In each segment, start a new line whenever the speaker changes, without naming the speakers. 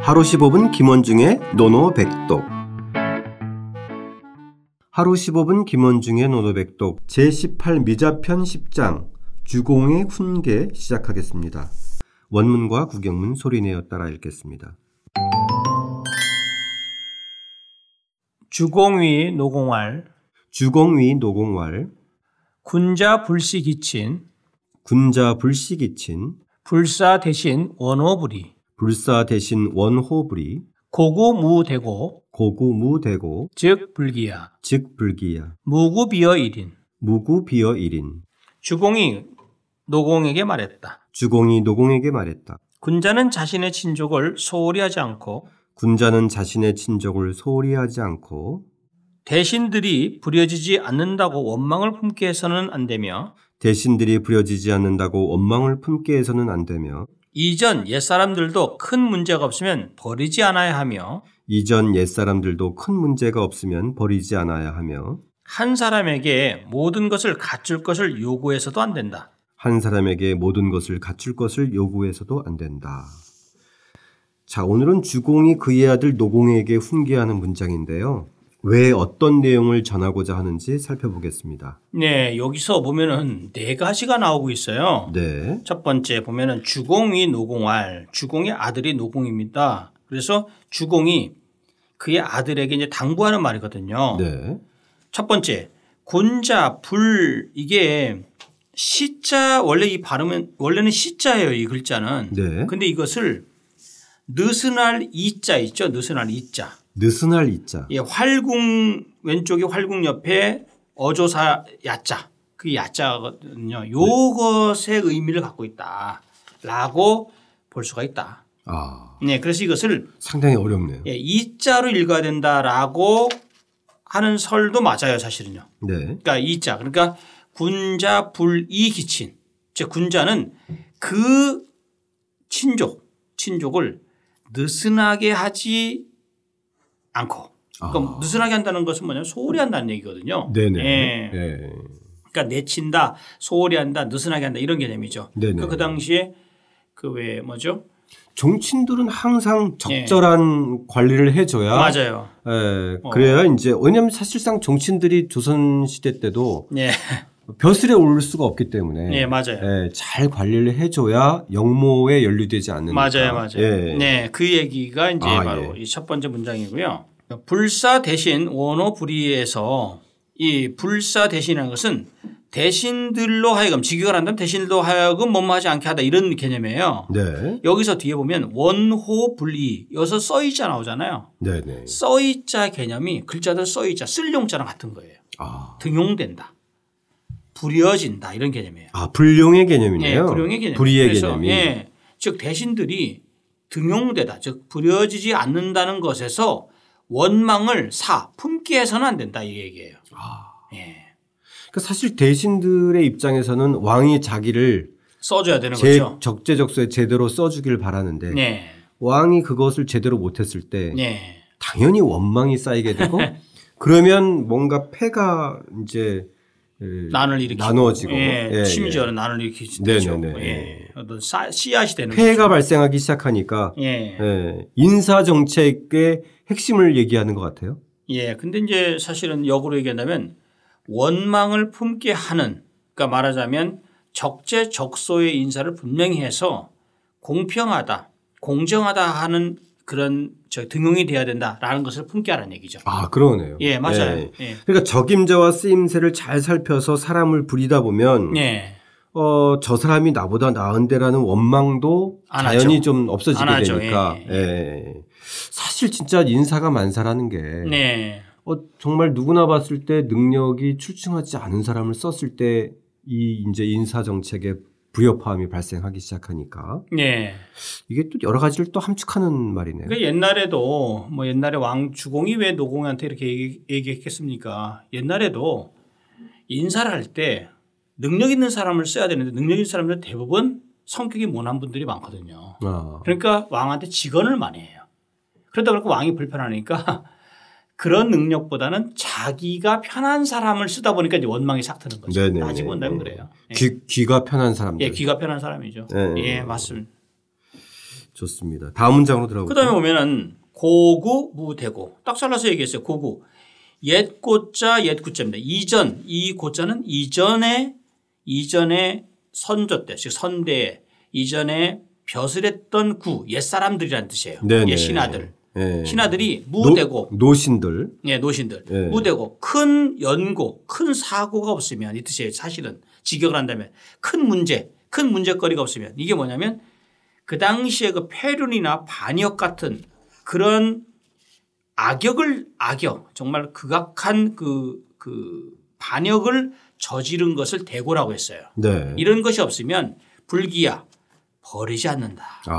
하루 15분 김원중의 노노백독 하루 15분 김원중의 노노백독 제18미자편 10장 주공의 훈계 시작하겠습니다. 원문과 구경문 소리내어 따라 읽겠습니다.
주공위 노공활
주공위 노공왈
군자 불시 기친
군자 불시기친
불사 대신 원호불이
불사 대신 원호불이
고구무대고
고구무대고
즉 불기야
즉 불기야
무구비어 일인
무구비어 일인
주공이 노공에게 말했다.
주공이 노공에게 말했다.
군자는 자신의 친족을 소홀히 하지 않고
군자는 자신의 친족을 소홀히 하지 않고
대신들이 부려지지 않는다고 원망을 품게 해서는 안 되며
대신들이 부려지지 않는다고 원망을 품게 해서는 안 되며
이전 옛사람들도 큰 문제가 없으면 버리지 않아야 하며
이전 옛사람들도 큰 문제가 없으면 버리지 않아야 하며
한 사람에게 모든 것을 갖출 것을 요구해서도 안 된다.
한 사람에게 모든 것을 갖출 것을 요구해서도 안 된다. 자, 오늘은 주공이 그의 아들 노공에게 훈계하는 문장인데요. 왜 어떤 내용을 전하고자 하는지 살펴보겠습니다.
네, 여기서 보면은 네 가지가 나오고 있어요.
네.
첫 번째 보면은 주공이 노공할, 주공의 아들이 노공입니다. 그래서 주공이 그의 아들에게 이제 당부하는 말이거든요.
네.
첫 번째, 군자, 불, 이게 시자, 원래 이 발음은, 원래는 시자예요, 이 글자는.
네.
근데 이것을 느슨할 이자 있죠? 느슨할 이자.
느슨할 이자.
예, 활궁 왼쪽에 활궁 옆에 어조사 야자 그 야자거든요. 요것의 의미를 갖고 있다라고 볼 수가 있다.
아,
네, 그래서 이것을
상당히 어렵네요.
예, 이자로 읽어야 된다라고 하는 설도 맞아요, 사실은요.
네.
그러니까 이자 그러니까 군자 불이 기친 즉 군자는 그 친족 친족을 느슨하게 하지 않고 그러니까
아.
느슨하게 한다는 것은 뭐냐면 소홀히 한다는 얘기거든요.
네네.
예.
네.
그러니까 내친다, 소홀히 한다, 느슨하게 한다 이런 개념이죠.
네네.
그러니까 그 당시에 그 왜 뭐죠?
정치인들은 항상 적절한 관리를 해줘야.
예. 맞아요. 어.
예, 그래야 이제 왜냐하면 사실상 정치인들이 조선 시대 때도
예,
벼슬에 오를 수가 없기 때문에.
예, 맞아요.
예, 잘 관리를 해줘야 영모에 연루되지 않는.
맞아요, 맞아요.
네. 예.
네, 그 얘기가 이제
아,
바로 이 첫 번째 문장이고요. 불사 대신 원호 불이에서 이 불사 대신이라는 것은 대신들로 하여금 직위가 한다면 대신들로 하여금 뭐뭐하지 않게 하다 이런 개념이에요.
네.
여기서 뒤에 보면 원호 불이 여기서 써이자 나오잖아요.
네, 네.
써이자 개념이 글자들 써이자 쓸용자랑 같은 거예요.
아,
등용된다, 부려진다 이런 개념이에요.
아 불용의
예,
개념이네요.
불용의 개념.
불의의
그래서,
개념이.
예, 즉 대신들이 등용되다, 즉 부려지지 않는다는 것에서 원망을 사 품기해서는 안 된다 이 얘기예요. 예,
그러니까 사실 대신들의 입장에서는 왕이 자기를
써줘야 되는
제
거죠.
적재적소에 제대로 써주길 바라는데
네,
왕이 그것을 제대로 못했을 때
네,
당연히 원망이 쌓이게 되고 그러면 뭔가 패가 이제 에,
난을 일으키고,
나누어지고.
예,
예, 예.
심지어는 난을 일으키죠.
네네네.
예, 어떤 사- 씨앗이 되는
폐해가 발생하기 시작하니까
거죠. 예,
예, 인사 정책의 핵심을 얘기하는 것 같아요.
예, 근데 이제 사실은 역으로 얘기한다면 원망을 품게 하는 그러니까 말하자면 적재적소의 인사를 분명히 해서 공평하다, 공정하다 하는 그런 저 등용이 돼야 된다라는 것을 품게 하라는 얘기죠.
아 그러네요.
예, 맞아요.
예.
예.
그러니까 적임자와 쓰임새를 잘 살펴서 사람을 부리다 보면
예.
어, 저 사람이 나보다 나은데라는 원망도
안
자연히
하죠.
좀 없어지게
안 하죠.
되니까.
예,
예. 사실 진짜 인사가 만사라는 게
네.
어, 정말 누구나 봤을 때 능력이 출중하지 않은 사람을 썼을 때 이 이제 인사 정책의 부여파함이 발생하기 시작하니까
예.
이게 또 여러 가지를 또 함축하는 말이네요.
그 옛날에도 뭐 옛날에 왕 주공이 왜 노공한테 이렇게 얘기- 얘기했겠습니까? 옛날에도 인사를 할 때 능력 있는 사람을 써야 되는데 능력 있는 사람들 대부분 성격이 모난 분들이 많거든요.
아,
그러니까 왕한테 직언을 많이 해요. 그러다 보니까 왕이 불편하니까 그런 능력보다는 자기가 편한 사람을 쓰다 보니까 이제 원망이 싹 트는 거죠.
네네네.
따지고 본다면 그래요. 예.
귀, 귀가 편한 사람들.
예, 귀가 편한 사람이죠.
네.
예, 맞습니다.
좋습니다. 다음 문장으로 들어가
그다음에 보면은 고구 무대고 딱 잘라서 얘기했어요. 고구 옛 고자 옛 구자입니다. 이전 이 고자는 이전에 이전에 선조 때 즉 선대 이전에 벼슬 했던 구 옛 사람들이라는 뜻이에요. 옛 신하들
예.
신하들이 무대고
노, 노신들.
예, 노신들.
예.
무대고 큰 연고, 큰 사고가 없으면 이 뜻이에요. 사실은 직역을 한다면 큰 문제, 큰 문제거리가 없으면 이게 뭐냐면 그 당시에 그 폐륜이나 반역 같은 그런 악역을 악역 정말 극악한 그, 그 반역을 저지른 것을 대고라고 했어요.
네.
이런 것이 없으면 불기야 버리지 않는다.
아.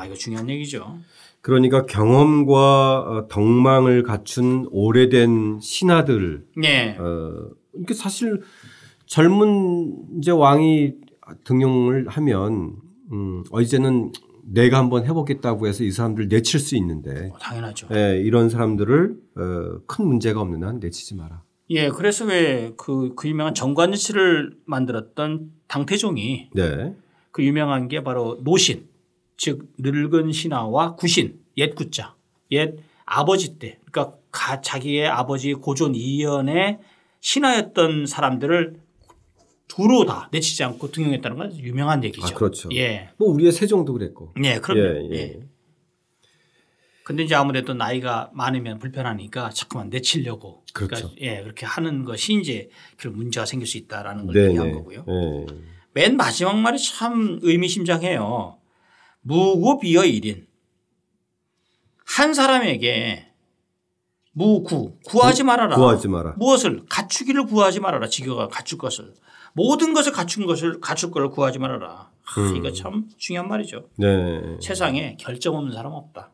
아, 이거 중요한 얘기죠.
그러니까 경험과 어, 덕망을 갖춘 오래된 신하들,
네.
어, 이게 사실 젊은 이제 왕이 등용을 하면, 음, 어, 이제는 내가 한번 해보겠다고 해서 이 사람들 내칠 수 있는데,
당연하죠.
예, 이런 사람들을 어, 큰 문제가 없는 한 내치지 마라.
예, 그래서 왜 그 그 유명한 정관일치를 만들었던 당태종이
네.
그 유명한 게 바로 노신, 즉 늙은 신하와 구신, 옛 구자, 옛 아버지 때, 그러니까 가- 자기의 아버지 고존 이연의 신하였던 사람들을 두루 다 내치지 않고 등용했다는 건 유명한 얘기죠.
아, 그렇죠.
예,
뭐 우리의 세종도 그랬고.
예, 그럼요.
예, 예.
예. 근데 이제 아무래도 나이가 많으면 불편하니까 자꾸만 내치려고
그렇죠.
예, 그렇게 하는 것이 이제 그런 문제가 생길 수 있다라는 걸
네,
얘기한
네.
거고요.
예.
맨 마지막 말이 참 의미심장해요. 무고 비어 일인한 사람에게 무구 구하지 말아라.
구하지 마라.
무엇을 갖추기를 구하지 말아라. 지겨가 갖출 것을 모든 것을 갖춘 것을 갖출 걸 구하지 말아라. 아, 이거
음.
참 중요한 말이죠.
네.
세상에 결정 없는 사람 없다.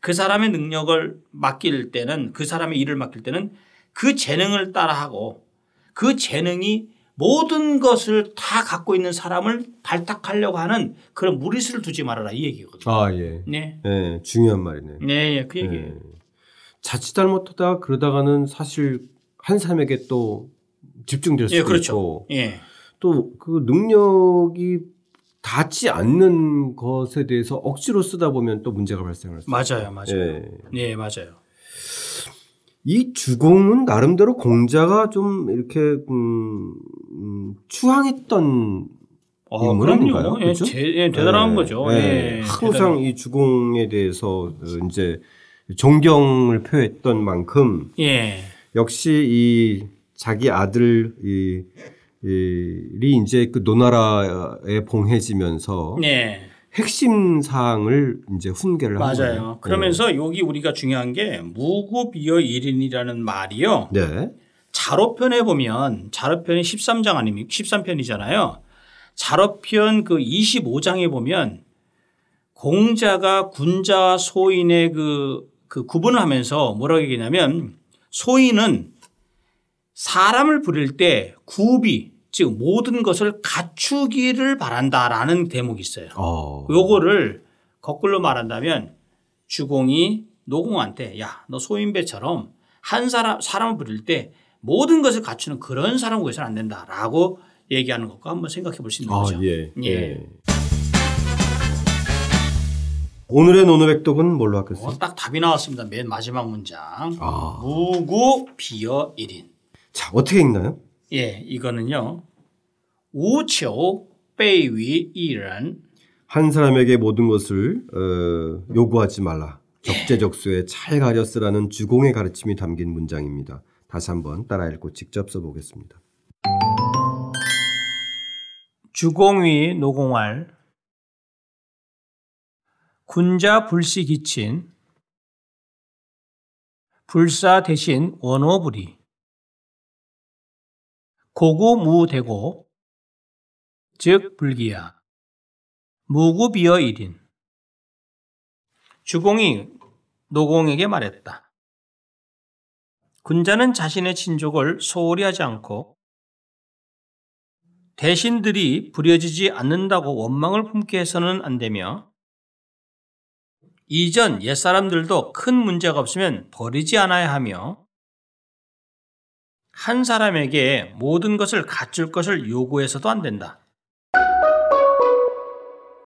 그 사람의 능력을 맡길 때는 그 사람의 일을 맡길 때는 그 재능을 따라하고 그 재능이 모든 것을 다 갖고 있는 사람을 발탁하려고 하는 그런 무리수를 두지 말아라 이 얘기거든요.
아, 예.
네,
예, 중요한 말이네요.
네, 예, 그 얘기예요.
예. 자칫 잘못하다 그러다가는 사실 한 사람에게 또 집중될 수도
예, 그렇죠.
있고
예,
또 그 능력이 닿지 않는 것에 대해서 억지로 쓰다 보면 또 문제가 발생할 수
맞아요, 맞아요.
예.
네, 맞아요.
이 주공은 나름대로 공자가 좀 이렇게 음, 음, 추앙했던
어,
인물 아닌가요?
그럼요. 예,
그죠?
제- 예, 대단한
예,
거죠.
예.
예,
항상 이 주공에 대해서 어, 이제 존경을 표했던 만큼
예,
역시 이 자기 아들 이, 이,이 이제 그 노나라에 봉해지면서
예.
핵심 사항을 이제 훈계를 한
맞아요.
거예요. 네.
그러면서 여기 우리가 중요한 게 무고비어 일인이라는 말이요.
네.
자로편에 보면 자로편이 13장 아닙니까? 13편이잖아요. 자로편 그 25장에 보면 공자가 군자와 소인의 그, 그 구분을 하면서 뭐라고 얘기냐면 소인은 사람을 부릴 때 구비 즉 모든 것을 갖추기를 바란다라는 대목이 있어요.
어.
요거를 거꾸로 말한다면 주공이 노공한테 야 너 소인배처럼 한 사람 사람을 부릴 때 모든 것을 갖추는 그런 사람 구해서는 안 된다라고 얘기하는 것과 한번 생각해 볼 수 있는
아,
거죠.
예.
예.
예. 오늘의 노노백독은 뭘로 할까요?
어, 딱 답이 나왔습니다. 맨 마지막 문장
아.
무구 비어 일인
자, 어떻게 읽나요?
예 이거는요 우求 빼위 이런
한 사람에게 모든 것을 어, 요구하지 말라. 적재적소에 잘 가려 쓰라는 주공의 가르침이 담긴 문장입니다. 다시 한번 따라 읽고 직접 써보겠습니다.
주공위 노공할 군자 불시 기친 불사 대신 원호불이 고고무대고 즉 불기야 무구비어 일인 주공이 노공에게 말했다. 군자는 자신의 친족을 소홀히 하지 않고 대신들이 부려지지 않는다고 원망을 품게 해서는 안 되며 이전 옛사람들도 큰 문제가 없으면 버리지 않아야 하며 한 사람에게 모든 것을 갖출 것을 요구해서도 안 된다.